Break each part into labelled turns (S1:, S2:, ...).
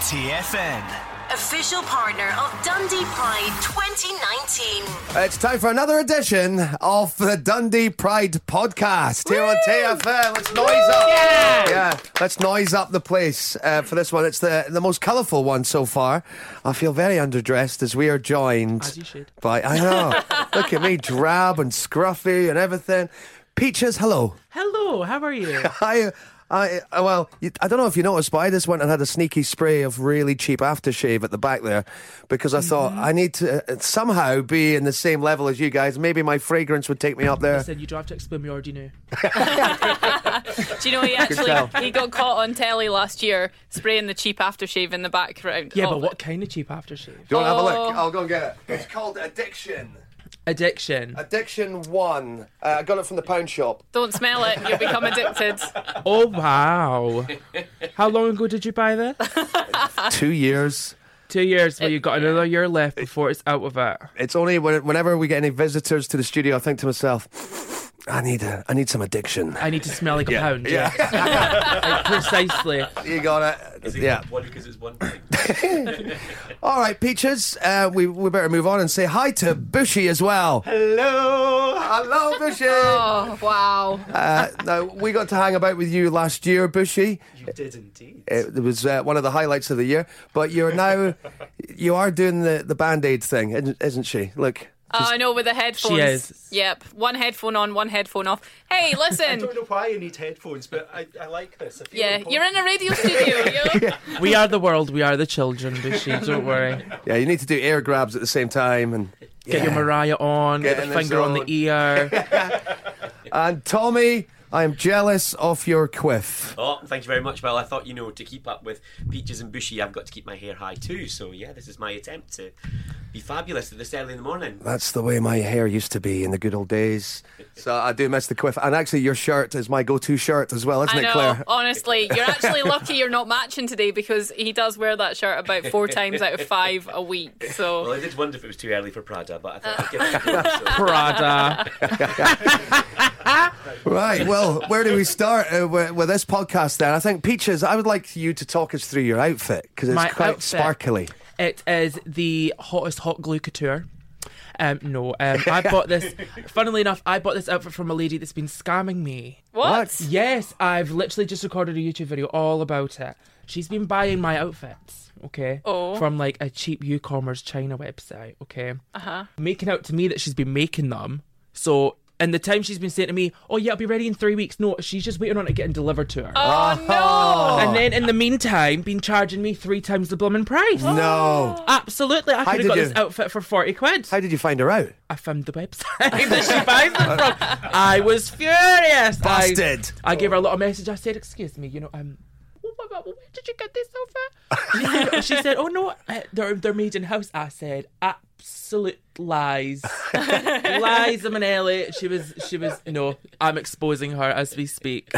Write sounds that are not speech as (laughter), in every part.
S1: TFN.
S2: Official partner of Dundee Pride 2019.
S3: It's time for another edition of the Dundee Pride podcast here on TFM. Let's noise up. Yeah. let's noise up the place uh, for this one. It's the, the most colourful one so far. I feel very underdressed as we are joined
S4: As you should.
S3: by, I
S4: (laughs)
S3: know, look at me, drab and scruffy and everything. Peaches, hello.
S4: Hello, how
S3: (laughs)
S4: are you?
S3: I, I, uh, well, you, I don't know if you noticed, but I just went and had a sneaky spray of really cheap aftershave at the back there because I thought I need to uh, somehow be in the same level as you guys. Maybe my fragrance would take me up there.
S4: Said you do have to explain me already knew.
S5: Do you know
S3: tell.
S5: he actually he got caught on telly last year spraying the cheap aftershave in the background? Oh,
S4: Yeah,
S5: of
S4: but what
S5: it.
S4: kind of cheap aftershave?
S3: Do you want to have a look?
S5: Oh.
S3: I'll go and get it. It's called Addiction.
S4: Addiction.
S3: Addiction One. Uh, I got it from the pound shop.
S5: Don't smell it, you'll
S4: (laughs)
S5: become addicted.
S4: Oh wow! How long ago did you buy this?
S3: Two years.
S4: Two years. Well, you got another year left before it's out of it.
S3: It's only when, whenever we get any visitors to the studio, I think to myself, I need, a, I need some addiction.
S4: I need to smell like a pound.
S3: Yeah.
S4: Yeah, Like, (laughs) precisely.
S3: You got it. Yeah.
S6: One because it's
S3: (laughs)
S6: one.
S3: All right, Peaches, uh, we, we better move on and say hi to Bushy as well. Hello. Hello, Bushy.
S5: Oh wow!
S3: Uh, now, we got to hang about with you last year, Bushy.
S6: You did indeed.
S3: It was uh, one of the highlights of the year. But you're now, you are doing the, the Band Aid thing, isn't, isn't she? Look.
S5: Oh, I know with the headphones.
S4: is.
S5: Yep, one headphone on, one headphone off. Hey,
S6: I
S4: (laughs)
S5: listen.
S6: don't know why you need headphones, but I, I like this. I feel
S5: Yeah,
S6: important.
S5: you're in a radio studio. You know?
S4: We are the world. We are the children, Bushy. Don't worry.
S3: Yeah, you need to do air grabs at the same time. And,
S4: Get your Mariah on.
S3: Get
S4: Get,
S3: in
S4: the
S3: the
S4: finger on
S3: zone.
S4: the
S3: (laughs)
S4: ear.
S3: and Tommy, I'm jealous of your quiff.
S6: Oh, thank you very much. Well, I thought, you know, to keep up with Peaches and Bushy, I've got to keep my hair high too. So, yeah, this is my attempt to be fabulous at this early in the morning.
S3: That's the way my hair used to be in the good old days. So I do miss the quiff. And actually, your shirt is my go to shirt as well, isn't
S5: I
S3: it,
S5: know.
S3: Claire?
S5: Honestly, you're actually lucky you're not matching today because he does wear that shirt about four times out of five a week.
S6: Well,
S5: So
S6: I did wonder if it was too early for Prada, but I thought I'd give it a (laughs) go. So.
S4: Prada.
S5: Oh.
S3: Right. Well, where do we start uh, with, with this podcast then? I think Peaches, I would like you to talk us through your outfit because it's
S4: My
S3: quite
S4: outfit.
S3: sparkly.
S4: It is the hottest hot glue couture. Um, no, um, I
S3: (laughs)
S4: bought this. Funnily enough, I bought this outfit from a lady that's been scamming me.
S5: what? (laughs)
S4: Yes, I've literally just recorded a YouTube video all about it. She's been buying my outfits, okay?
S5: Oh.
S4: From like a cheap e-commerce China website, okay? Uh-huh. Making out to me that she's been making them. So and the time she's been saying to me, Oh yeah, I'll be ready in three weeks. No, she's just waiting on it getting delivered to her.
S5: Oh no!
S4: And then in the meantime, been charging me three times the blooming price.
S3: No.
S4: Absolutely, I could
S3: did
S4: have got
S3: you-
S4: this outfit for forty quid.
S3: How did you find her out?
S4: I found the website (laughs) that she buys them from. I was furious.
S3: Busted.
S4: I, I gave her a lot of message. I said, "Excuse me, you know, um, wh- wh- wh- where did you get this over?" (laughs) she said, "Oh no, uh, they're they're made in house." I said, "Absolute (laughs) lies, lies, Manelli." She was she was no. I'm exposing her as we speak.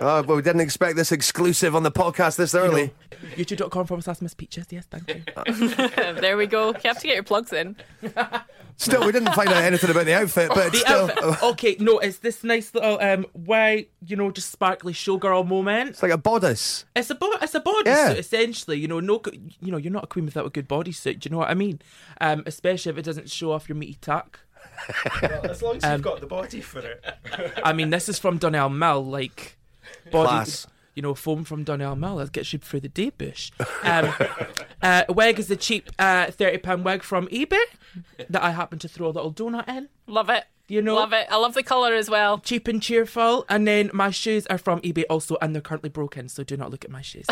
S3: Oh, but we didn't expect this exclusive on the podcast this early.
S4: YouTube.com forward slash Miss Peaches. Yes, thank (laughs) you.
S5: there we go. You have to get your plugs in.
S3: Still, we didn't find out anything about the outfit, but
S4: The
S3: still.
S4: outfit. Okay, no, it's this nice little um, white, you know, just sparkly showgirl moment.
S3: It's like a bodice.
S4: It's a bo- it's a bodysuit
S3: Yeah.
S4: essentially. You know, no, co- you know, you're not a queen without a good bodysuit. Do you know what I mean? Um, especially if it doesn't show off your meaty tuck.
S6: As long as you've got the body for it.
S4: I mean, this is from Donnell Mill, like body.
S3: Class.
S4: You know, foam from Donnell Mill that gets you through the day bush. Um, (laughs) uh, wig is a cheap uh, thirty pound wig from eBay that I happen to throw a little donut in.
S5: Love it.
S4: You know,
S5: Love it. I love the colour as well.
S4: cheap and cheerful. And then my shoes are from eBay also, and they're currently broken, so do not look at my shoes.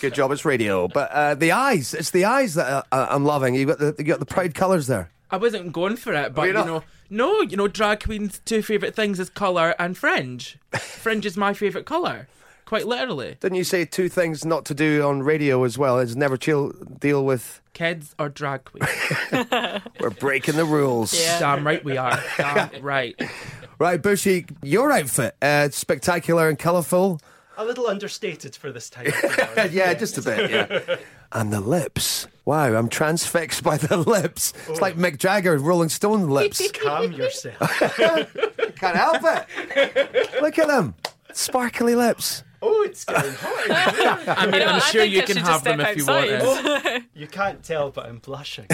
S3: Good job, it's radio. But uh, the eyes, it's the eyes that uh, I'm loving. You've got the, you got the proud colours there.
S4: I wasn't going for it, but
S3: Were
S4: you
S3: you not?
S4: know, no, you know, drag queens' two favorite things is color and fringe. Fringe is my favorite color, quite literally.
S3: Didn't you say two things not to do on radio as well? Is never chill, deal with.
S4: Kids are drag queens.
S3: We're breaking the rules.
S4: Damn right we are. Damn right.
S3: Right, Bushy, your outfit, uh, it's spectacular and colourful.
S7: a little understated for this time. of
S6: (laughs)
S7: the
S3: Yeah,
S7: morning.
S3: just a bit. Yeah. (laughs) and the lips. Wow, I'm transfixed by the lips. It's like Mick Jagger, Rolling (laughs) Stone lips.
S7: Calm yourself.
S3: Can't help it. Look at them. Sparkly lips.
S6: Oh, it's getting hot. in here.
S4: I mean,
S5: know,
S4: I'm
S5: I
S4: sure
S5: think
S4: you
S5: I
S4: can
S5: should
S4: have
S5: just
S4: them
S5: step
S4: if you want Oh,
S5: outside.
S4: it.
S7: You can't tell, but I'm blushing.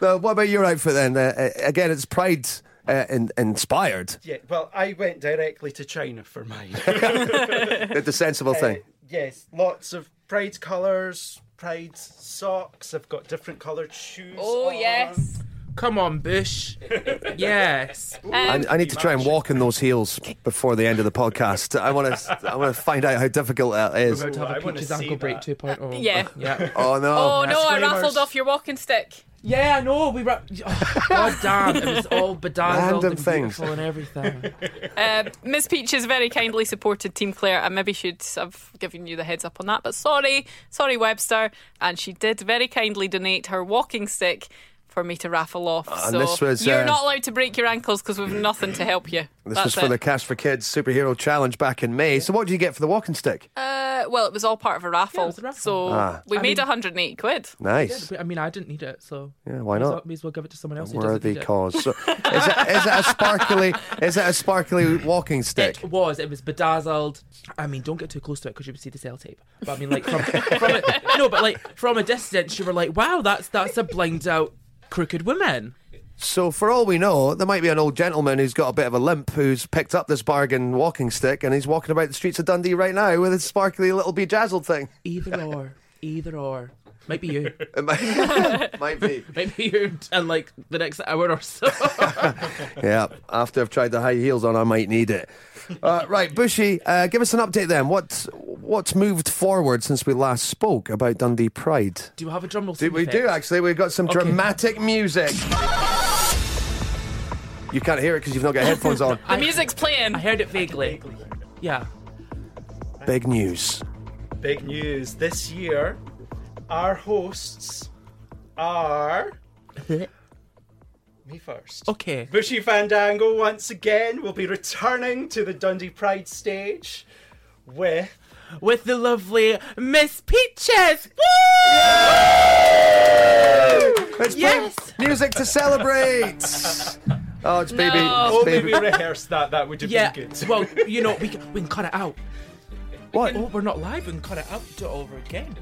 S3: Uh, what about your outfit then? Uh, uh, again, it's Pride uh, in- inspired.
S7: yeah, well, I went directly to China for mine.
S3: Did the
S6: (laughs)
S3: sensible
S7: Uh,
S3: thing.
S7: yes, lots of pride colours, pride socks. I've got different coloured shoes.
S5: Oh,
S7: on.
S5: yes.
S4: Come on, Bush. yes.
S3: (laughs)
S5: Um,
S3: I, I need to try and walk in those heels before the end of the podcast. I want to. I want to find out how difficult
S6: (laughs)
S3: that is.
S4: To
S7: I
S4: have a
S7: wanna
S4: Peaches
S7: see
S4: ankle break
S7: that. (laughs)
S4: 2.0.
S5: Yeah.
S4: Yeah.
S3: Oh
S5: Oh,
S3: no!
S5: no, I
S7: Disclaimers.
S5: raffled off your walking stick.
S4: Yeah, I know. We were. Oh, God damn. It was all bedazzled
S3: Random
S4: and
S3: things.
S4: beautiful and everything.
S5: Uh, Ms. Peach has very kindly supported Team Claire. I maybe should have given you the heads up on that, but sorry, sorry, Webster. And she did very kindly donate her walking stick for me to raffle off.
S3: and
S5: so
S3: this was,
S5: you're
S3: uh,
S5: not allowed to break your ankles because we've nothing to help you.
S3: (clears throat) This
S5: That's
S3: was for
S5: it.
S3: the Cash for Kids Superhero Challenge back in May. So, what do you get for the walking stick?
S5: Uh, well, it was all part of a raffle,
S4: Yeah, it was a raffle.
S5: so
S3: Ah.
S5: we
S4: I
S5: made
S4: mean-
S5: 180 quid.
S3: Nice.
S4: I mean, I didn't need it, so.
S3: Yeah, why
S4: May as
S3: not?
S4: well, may as well give it to someone else who doesn't
S3: Worthy
S4: need
S3: cause. So, is, it, is it a sparkly? Is it a sparkly walking stick?
S4: it. It was. It was bedazzled. I mean, don't get too close to it because you would see the cell tape. But I mean, like from, from a, no, but like from a distance, you were like, "Wow, that's that's a blind out crooked woman."
S3: So, for all we know, there might be an old gentleman who's got a bit of a limp who's picked up this bargain walking stick and he's walking about the streets of Dundee right now with his sparkly little bejazzled thing.
S4: Either or, either or. Might be you.
S3: It might, (laughs) might be.
S4: Might be you (laughs) in like the next hour or so.
S3: Yeah, after I've tried the high heels on, I might need it. Uh, right, Bushy, uh, give us an update then. What's what's moved forward since we last spoke about Dundee Pride?
S4: do you have a drum roll?
S3: Did we do actually? We've got some dramatic music. You can't hear it because you've not got headphones on.
S5: The music's playing.
S4: I heard it vaguely. Yeah.
S3: Big news.
S7: Big news this year. Our hosts
S4: (laughs)
S7: are me first.
S4: Okay.
S7: Bushy Fandango once again will be returning to the Dundee Pride stage with
S4: With the lovely Miss Peaches. Woo!
S3: Let's play
S4: Yes!
S3: music to celebrate. Oh, it's baby.
S5: No.
S3: It's
S7: only we
S3: baby.
S7: rehearsed that, that would have
S4: Yeah.
S7: been good.
S4: Well, you know, we can, we can cut it out.
S3: What?
S4: Oh, we're not live. We can cut it out. Do it over again.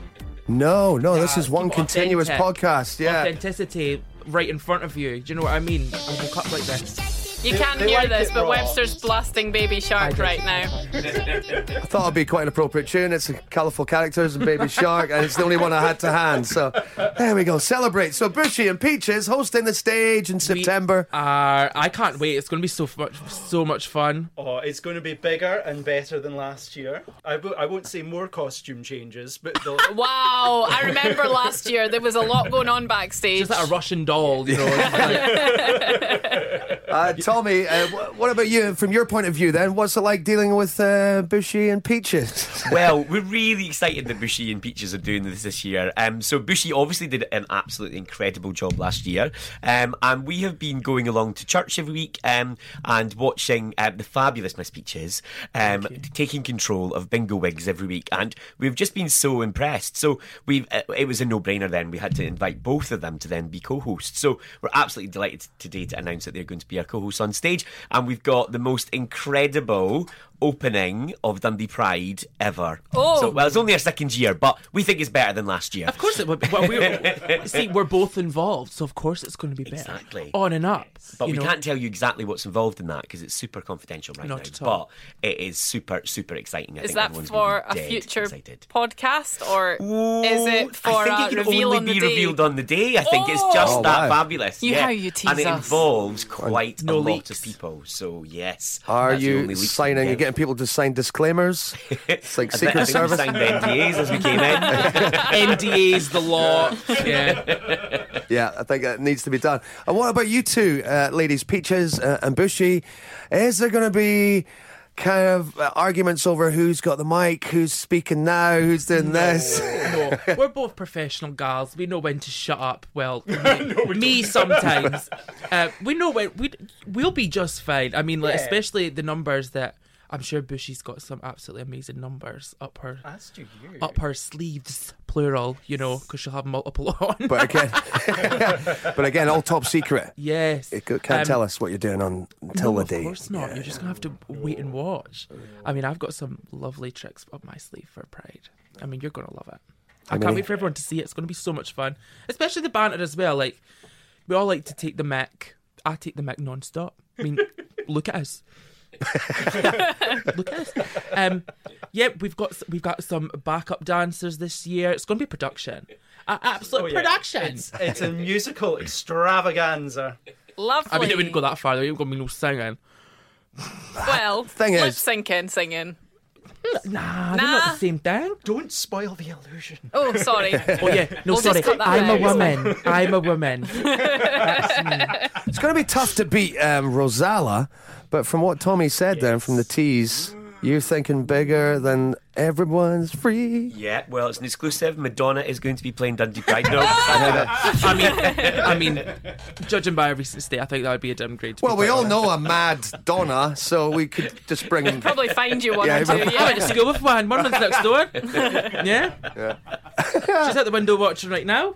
S3: No, no, this
S4: Nah,
S3: is one
S4: keep it
S3: continuous
S4: authentic.
S3: podcast. Yeah.
S4: authenticity right in front of you. Do you know what I mean? I woke up like this.
S5: You can't
S7: they
S5: hear
S7: like
S5: this,
S7: it
S5: but
S7: raw.
S5: Webster's blasting Baby Shark right now.
S3: I thought it'd be quite an appropriate tune. It's colourful characters and Baby Shark, and it's the only one I had to hand. So there we go. Celebrate. So Bushy and Peaches hosting the stage in September.
S4: Uh, I can't wait. It's going to be so much, so much fun.
S7: Oh, it's going to be bigger and better than last year. I w- I won't say more costume changes, but
S4: (laughs)
S7: oh, the
S5: Wow, I remember last year there was a lot going on backstage.
S4: It's like a Russian doll, you know. it's like-
S3: Uh, Tommy, uh, wh- what about you? From your point of view, then, what's it like dealing with uh, Bushy and Peaches?
S6: well, we're really excited that Bushy and Peaches are doing this this year. Um, so Bushy obviously did an absolutely incredible job last year, um, and we have been going along to church every week um, and watching uh, the fabulous Miss Peaches um, taking control of Bingo Wigs every week, and we've just been so impressed. So we have it was a no-brainer. Then we had to invite both of them to then be co-hosts. So we're absolutely delighted today to announce that they're going to be our co-hosts on stage, and we've got the most incredible opening of Dundee Pride ever.
S5: Oh.
S6: So, well, it's only our second year, but we think it's better than last year.
S4: of course it would. Be, well, (laughs) we're, see, we're both involved, so of course it's going to be better.
S6: Exactly.
S4: On and up.
S6: But
S4: you
S6: we
S4: know. (laughs)
S6: can't tell you exactly what's involved in that because it's super confidential right
S4: Not
S6: now.
S4: at all.
S6: But it is super, super exciting. I
S5: Is
S6: think
S5: that
S6: everyone's
S5: for
S6: gonna
S5: a
S6: be dead
S5: future
S6: Excited.
S5: podcast or is it for
S6: I think
S5: a
S6: it can
S5: reveal
S6: only
S5: on the
S6: be
S5: day?
S6: revealed on the day. I think it's just
S3: Oh,
S6: that
S3: wow.
S6: fabulous.
S5: You-
S6: yeah.
S5: how you
S6: and
S5: tease
S6: it
S5: us.
S6: involves quite
S4: No
S6: a lot
S4: leaks.
S6: of people. So yes,
S3: Are
S6: that's the only
S3: you
S6: leak we
S3: signing?
S6: can
S3: You're
S6: give. (laughs)
S3: getting people to sign disclaimers. It's like
S6: I bet- I think we
S3: Secret Service.
S6: signed NDAs as we came in.
S3: (laughs)
S4: NDA's the law. (laughs) Yeah.
S3: Yeah, I think that needs to be done. And what about you two, uh, ladies, Peaches uh, and Bushy? Is there going to be kind of uh, arguments over who's got the mic, who's speaking now, who's doing
S4: (laughs)
S3: this? (laughs)
S4: No, we're both professional gals. We know when to shut up.
S7: (laughs)
S4: Well, me, me sometimes. Uh, we know when we we'll be just fine. I mean, like, especially the numbers that I'm sure Bushy's got some absolutely amazing numbers up her
S7: That's too weird.
S4: up her sleeves, plural. You know, because she'll have multiple (laughs) on.
S3: But again, (laughs) but again, all top secret.
S4: yes,
S3: It c- can't
S4: Um,
S3: tell us what you're doing on until
S4: no,
S3: the day.
S4: Of course not. You're just gonna have to wait and watch. I mean, I've got some lovely tricks up my sleeve for Pride. I mean, you're gonna love it. I, can't
S3: mean-
S4: wait for everyone to see it. It's gonna be so much fun, especially the banter as well. Like, we all like to take the mic. I take the mic non-stop. I (laughs) mean, look at us. look at us. Um, yeah, we've got s- we've got some backup dancers this year. It's gonna be a production, an absolute
S7: Oh, yeah.
S4: production.
S7: It's, it's a musical extravaganza.
S5: Lovely.
S4: I mean, it wouldn't go that far. There ain't gonna be no singing.
S6: (laughs)
S5: Well,
S3: Thing
S5: lip
S3: is-
S5: syncing, singing.
S4: Nah, they're not
S5: Nah.
S4: the same thing.
S7: Don't spoil the illusion.
S5: (laughs)
S6: (laughs)
S5: Oh, sorry.
S4: Oh yeah, no,
S5: We'll just
S4: sorry.
S5: cut that
S4: I'm a
S5: out.
S4: woman. I'm a
S5: (laughs)
S4: woman.
S3: It's going to be tough to beat um, Rosala, but from what Tommy said there and from the tease, you're thinking bigger than everyone's free.
S6: Yeah, well, it's an exclusive. Madonna is going to be playing Dundee Pride.
S3: (laughs)
S6: No, I mean,
S4: I mean, judging by every state, I think that would be a downgrade. to be
S3: Well, we
S4: quite
S3: all
S4: honest.
S3: know a mad Donna, so we could just
S4: (laughs)
S3: bring him.
S5: Probably find you one
S3: Yeah,
S5: or two.
S3: but-
S4: I went
S5: Yeah.
S4: to see Go with one. One month next door. Yeah. She's out the window watching right now.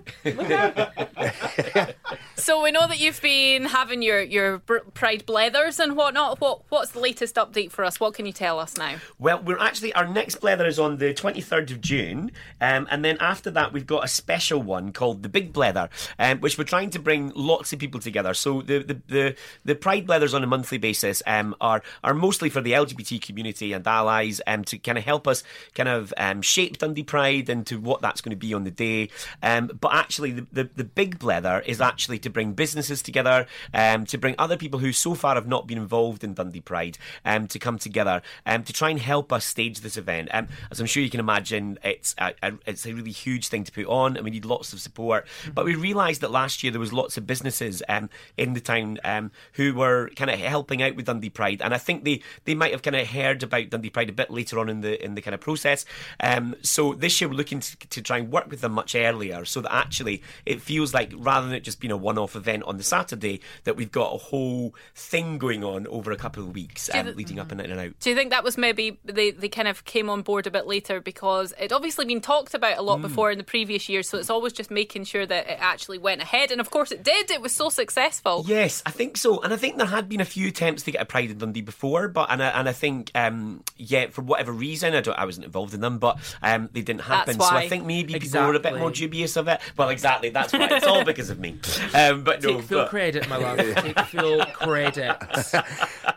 S5: So we know that you've been having your your br- pride blethers and whatnot. What what's the latest update for us? What can you tell us now?
S6: well, we're actually our next blether is on the 23rd of June, um, and then after that we've got a special one called the Big Blether, um, which we're trying to bring lots of people together. So the the the, the Pride blethers on a monthly basis um, are are mostly for the LGBT community and allies, um, to kind of help us kind of um, shape Dundee Pride into what that's going to be on the day. Um, but actually, the, the, the big blether is actually to bring businesses together, um, to bring other people who so far have not been involved in Dundee Pride um, to come together um, to try and help us stage this event. Um, as I'm sure you can imagine, it's a, a, it's a really huge thing to put on, and we need lots of support. But we realised that last year there was lots of businesses um, in the town um, who were kind of helping out with Dundee Pride, and I think they, they might have kind of heard about Dundee Pride a bit later on in the in the kind of process. Um, so this year we're looking to, to try and work with them much earlier, so that actually it feels like rather than it just being a one-off event on the Saturday, that we've got a whole thing going on over a couple of weeks um, leading up and in and out.
S5: Do you think that was maybe they, they kind of came on board a bit later because it'd obviously been talked about a
S4: Mm.
S5: lot before in the previous years, so it's always just making sure that it actually went ahead. And of course it did, it was so successful.
S6: Yes, I think so, and I think there had been a few attempts to get a Pride in Dundee before, but and I, and I think um, yeah, for whatever reason, I don't, I wasn't involved in them, but um, they didn't happen. So I
S5: why.
S6: think maybe people were a bit
S4: Exactly.
S6: more dubious of it. Well, exactly, that's why it's all because of me. (laughs) Um, but no,
S4: Take full
S6: but-
S4: credit, my love. Take full credit.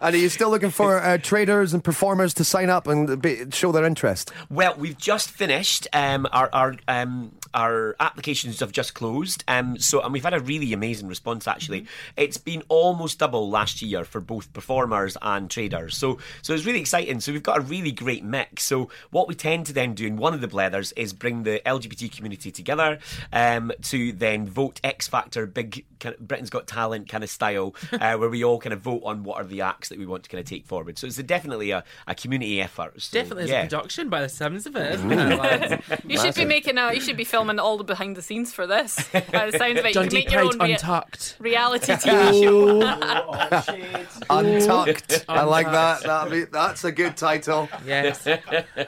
S3: And are you still looking for uh, traders and performers to sign up and be, show their interest?
S6: Well, we've just finished. Um, our our um, our applications have just closed. Um, so and we've had a really amazing response. Actually,
S4: Mm-hmm.
S6: it's been almost double last year for both performers and traders. So so it's really exciting. So we've got a really great mix. So what we tend to then do in one of the blethers is bring the LGBT community together um, to then vote X Factor, big kind of Britain's Got Talent kind of
S4: (laughs)
S6: style, uh, where we all kind of vote on what are the acts that we want to kind of take forward. So it's a, definitely a, a community effort. So,
S4: Definitely is
S6: yeah.
S4: a production by the sounds of it. isn't it, lads?
S5: You should be making a you should be filming all the behind the scenes for this. By
S4: (laughs)
S5: the sounds of it, you can
S4: Dundee
S5: make your
S4: Pride
S5: own rea-
S4: Untucked. (laughs)
S5: reality TV show.
S7: Oh, shades.
S3: (laughs) Untucked. I like that.
S4: Untucked.
S3: That'll be, that's a good title.
S4: Yes.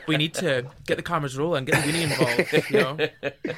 S4: We need to get the cameras rolling, get the uni involved, you know.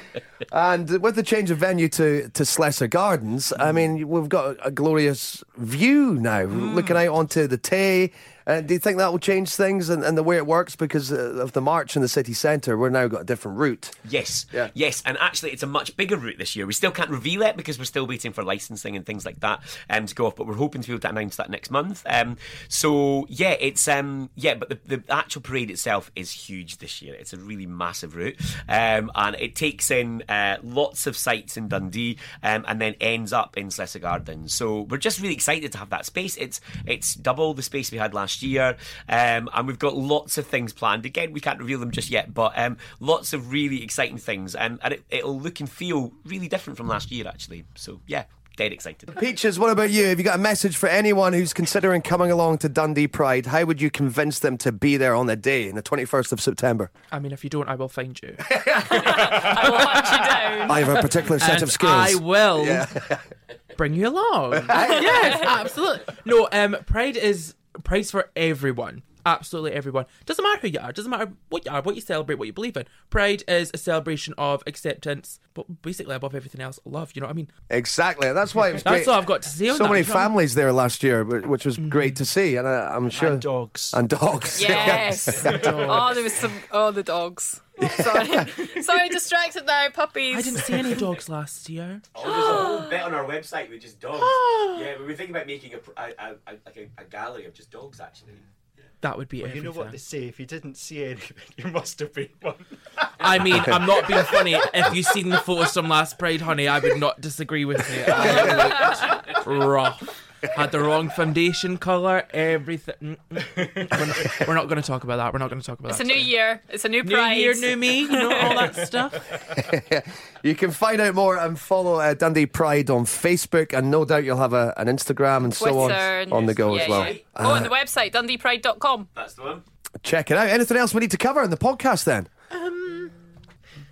S3: And with the change of venue to, to Slesser Gardens, I mean, we've got a glorious view now, looking out onto the Tay. Uh, do you think that will change things and, and the way it works because uh, of the march in the city centre? We're now got a different route.
S6: Yes.
S3: Yeah.
S6: Yes, and actually, it's a much bigger route this year. We still can't reveal it because we're still waiting for licensing and things like that um, to go off. But we're hoping to be able to announce that next month. Um, so yeah, it's um, yeah, but the, the actual parade itself is huge this year. It's a really massive route, um, and it takes in uh, lots of sites in Dundee, um, and then ends up in Slesser Gardens. So we're just really excited to have that space. It's it's double the space we had last year, um, and we've got lots of things planned. Again, we can't reveal them just yet, but um, lots of really exciting things, um, and it, it'll look and feel really different from last year, actually. So yeah, dead excited.
S3: Peaches, what about you? Have you got a message for anyone who's considering coming along to Dundee Pride? How would you convince them to be there on the day, on the 21st of September?
S4: I mean, if you don't, I will find you.
S5: I will hunt you
S4: (laughs)
S5: down.
S3: I have a particular set
S4: and
S3: of skills.
S4: I will (laughs)
S3: (laughs)
S4: bring you along. yes, absolutely. No, um, Pride is Pride's for everyone. absolutely everyone. Doesn't matter who you are, doesn't matter what you are, what you celebrate, what you believe in. Pride is a celebration of acceptance, but basically above everything else, love. You know what I mean?
S3: Exactly. That's why it was
S4: That's
S3: great.
S4: all I've got to say on
S3: so
S4: that.
S3: many
S4: You Mm-hmm. know what I mean?
S3: families there last year, wh- which was great to see, and I, I'm sure
S1: and dogs.
S3: and dogs. (laughs)
S4: (laughs)
S5: Yes. oh, there was some. Oh, the dogs. Sorry, sorry, distracted now. Puppies.
S4: I didn't see any dogs last year.
S6: Oh, there's a whole bit on our website with just
S4: (gasps)
S6: dogs. yeah, we were thinking about making a, pr- a, a, a- like a, a gallery of just dogs, actually.
S4: That would be
S7: You know what
S4: everything.
S7: they say, if you didn't see anything, (laughs) you must have been one.
S4: I mean, I'm not being funny. If you've seen the photos from last Pride, honey, I would not disagree with you. I looked rough. Had the wrong foundation colour, everything. Mm, mm. We're not, we're not going to talk about that. We're not going to talk about
S5: It's a
S4: that.
S5: new
S4: today.
S5: year. It's a new
S4: New
S5: pride.
S4: year, new me, you know, all
S5: (laughs)
S4: that stuff.
S3: You can find out more and follow uh, Dundee Pride on Facebook, and no doubt you'll have a, an Instagram and so on
S5: Western.
S3: on the go
S5: Yeah,
S3: as well.
S5: yeah. oh, on the
S4: Uh,
S5: website dundeepride.com.
S6: That's the one.
S3: Check it out. Anything else we need to cover in the podcast then? Um.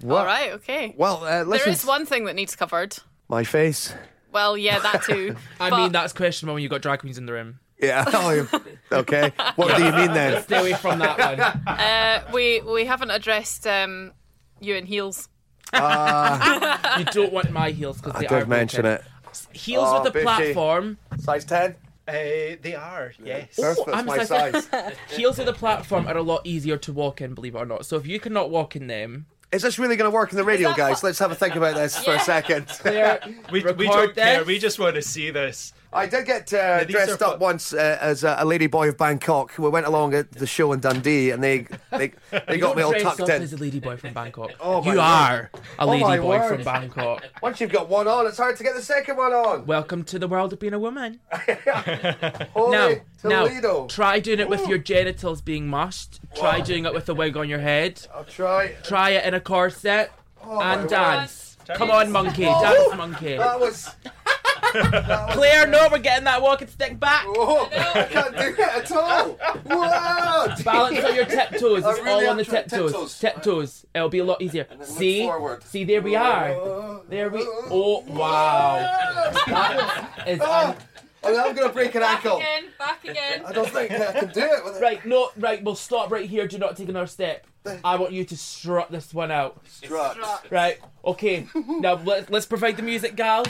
S3: Well,
S5: All right. Okay.
S3: Well, uh,
S5: There
S3: listen.
S5: is one thing that needs covered.
S3: My face.
S5: Well, yeah,
S3: (laughs)
S5: that too.
S4: I
S5: But-
S4: mean, that's questionable when you've got drag queens in the room.
S3: Yeah. (laughs) Oh, you- okay. What do you mean
S5: (laughs)
S3: then?
S4: Stay away from that one.
S5: Uh, we we haven't addressed um, you in heels.
S4: You don't want my heels because
S3: I
S4: they are
S3: did Ah, mention
S4: broken.
S3: it.
S4: Heels
S3: Oh,
S4: with a
S3: bitchy.
S4: platform.
S3: Size ten.
S7: Uh, they are, yes.
S5: Oh,
S4: that's I'm my sorry. Heels with a platform are a lot easier to walk in, believe it or not. So if you cannot walk in
S3: (laughs)
S4: them,
S3: Is this really going to work in the radio,
S5: that
S3: guys?
S5: what-
S3: Let's have a think about this for a
S5: (laughs) Yeah.
S3: second.
S4: they're
S7: We, we
S4: record
S7: don't care,
S4: this.
S7: we just want to see this.
S3: (laughs) I did get uh,
S7: these
S3: dressed
S7: are
S3: up
S7: fun.
S3: once uh, as a, a lady boy of Bangkok. We went along at the show in Dundee, and they
S4: (laughs)
S3: they, they got
S4: Don't
S3: me all
S4: dress
S3: tucked
S4: up
S3: in.
S4: as a ladyboy from Bangkok.
S3: Oh, my
S4: you
S3: word.
S4: are a
S3: my
S4: ladyboy
S3: word. (laughs)
S4: from Bangkok.
S3: Once you've got one on, it's hard to get the second one on.
S4: Welcome to the world of being a woman.
S3: Holy
S4: Now, now,
S3: Toledo!
S4: try doing it with your genitals being mushed. Try doing it with a wig on your head.
S3: I'll try. Oh,
S4: Try it in a corset
S3: my Oh.
S4: and dance. Come on, monkey, dance, monkey.
S3: That was.
S4: Claire, no, we're getting that walking stick back.
S3: Oh, (laughs) I can't do it at all. Wow!
S4: (laughs) Balance on
S3: (laughs)
S4: your tiptoes. It's
S3: I really
S4: all
S3: am
S4: on the
S3: trying-
S4: tiptoes.
S3: tiptoes.
S4: Tiptoes. It'll be a lot easier.
S3: look
S4: See,
S3: forward. Oh.
S4: see, there we are. There we. Oh
S3: (laughs)
S4: wow. That is
S3: Oh.
S4: un-
S3: And I'm going to break an ankle.
S5: again, Ah! back again.
S3: I don't think I can do it. With
S4: Right, no, right, we'll stop right here. Do not take another step. I want you to strut this one out.
S3: Strut.
S4: Right, okay. now let's, let's provide the music, gals.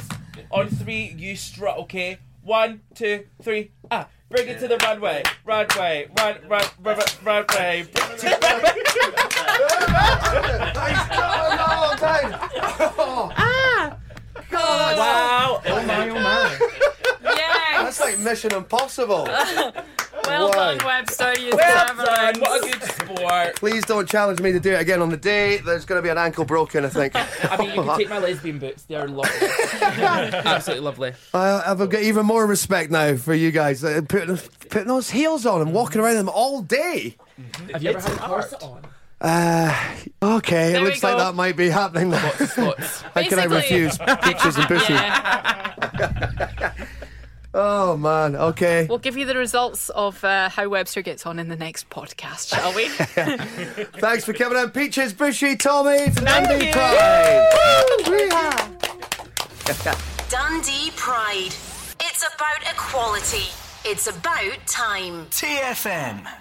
S4: On three, you strut, okay? One, two, three, ah. Bring it to the runway, runway, run, run, run, run, runway.
S3: He's gone all time.
S4: Wow! Oh my, oh my.
S5: Yes.
S3: That's like Mission Impossible.
S5: Well
S3: Why?
S5: done, Webster. You
S4: Well
S5: deserve a
S4: done,
S5: round.
S4: what a good sport.
S3: Please don't challenge me to do it again on the day. There's going to be an ankle broken, I
S5: (laughs)
S3: think.
S4: I mean, you can take my lesbian boots. They're (laughs) lovely. Absolutely lovely.
S3: (laughs) I, I've got even more respect now for you guys uh, putting, putting those heels on and walking around in them all day. Uh,
S4: Have you ever had a corset on?
S3: Okay,
S5: There
S3: it
S5: we
S3: looks like
S5: go.
S3: that might be happening. now.
S4: Slots.
S3: How can I
S5: Basically-
S3: refuse peaches
S5: (laughs) Uh,
S3: and bushy?
S5: Yeah.
S3: Oh man. Okay.
S5: We'll give you the results of uh, how Webster gets on in the next podcast, shall we?
S3: Thanks for coming on, peaches, bushy, Tommy, from Andy
S5: you.
S3: Pride. Woo-hoo.
S2: Dundee Pride. It's about equality. It's about time.
S8: TFM.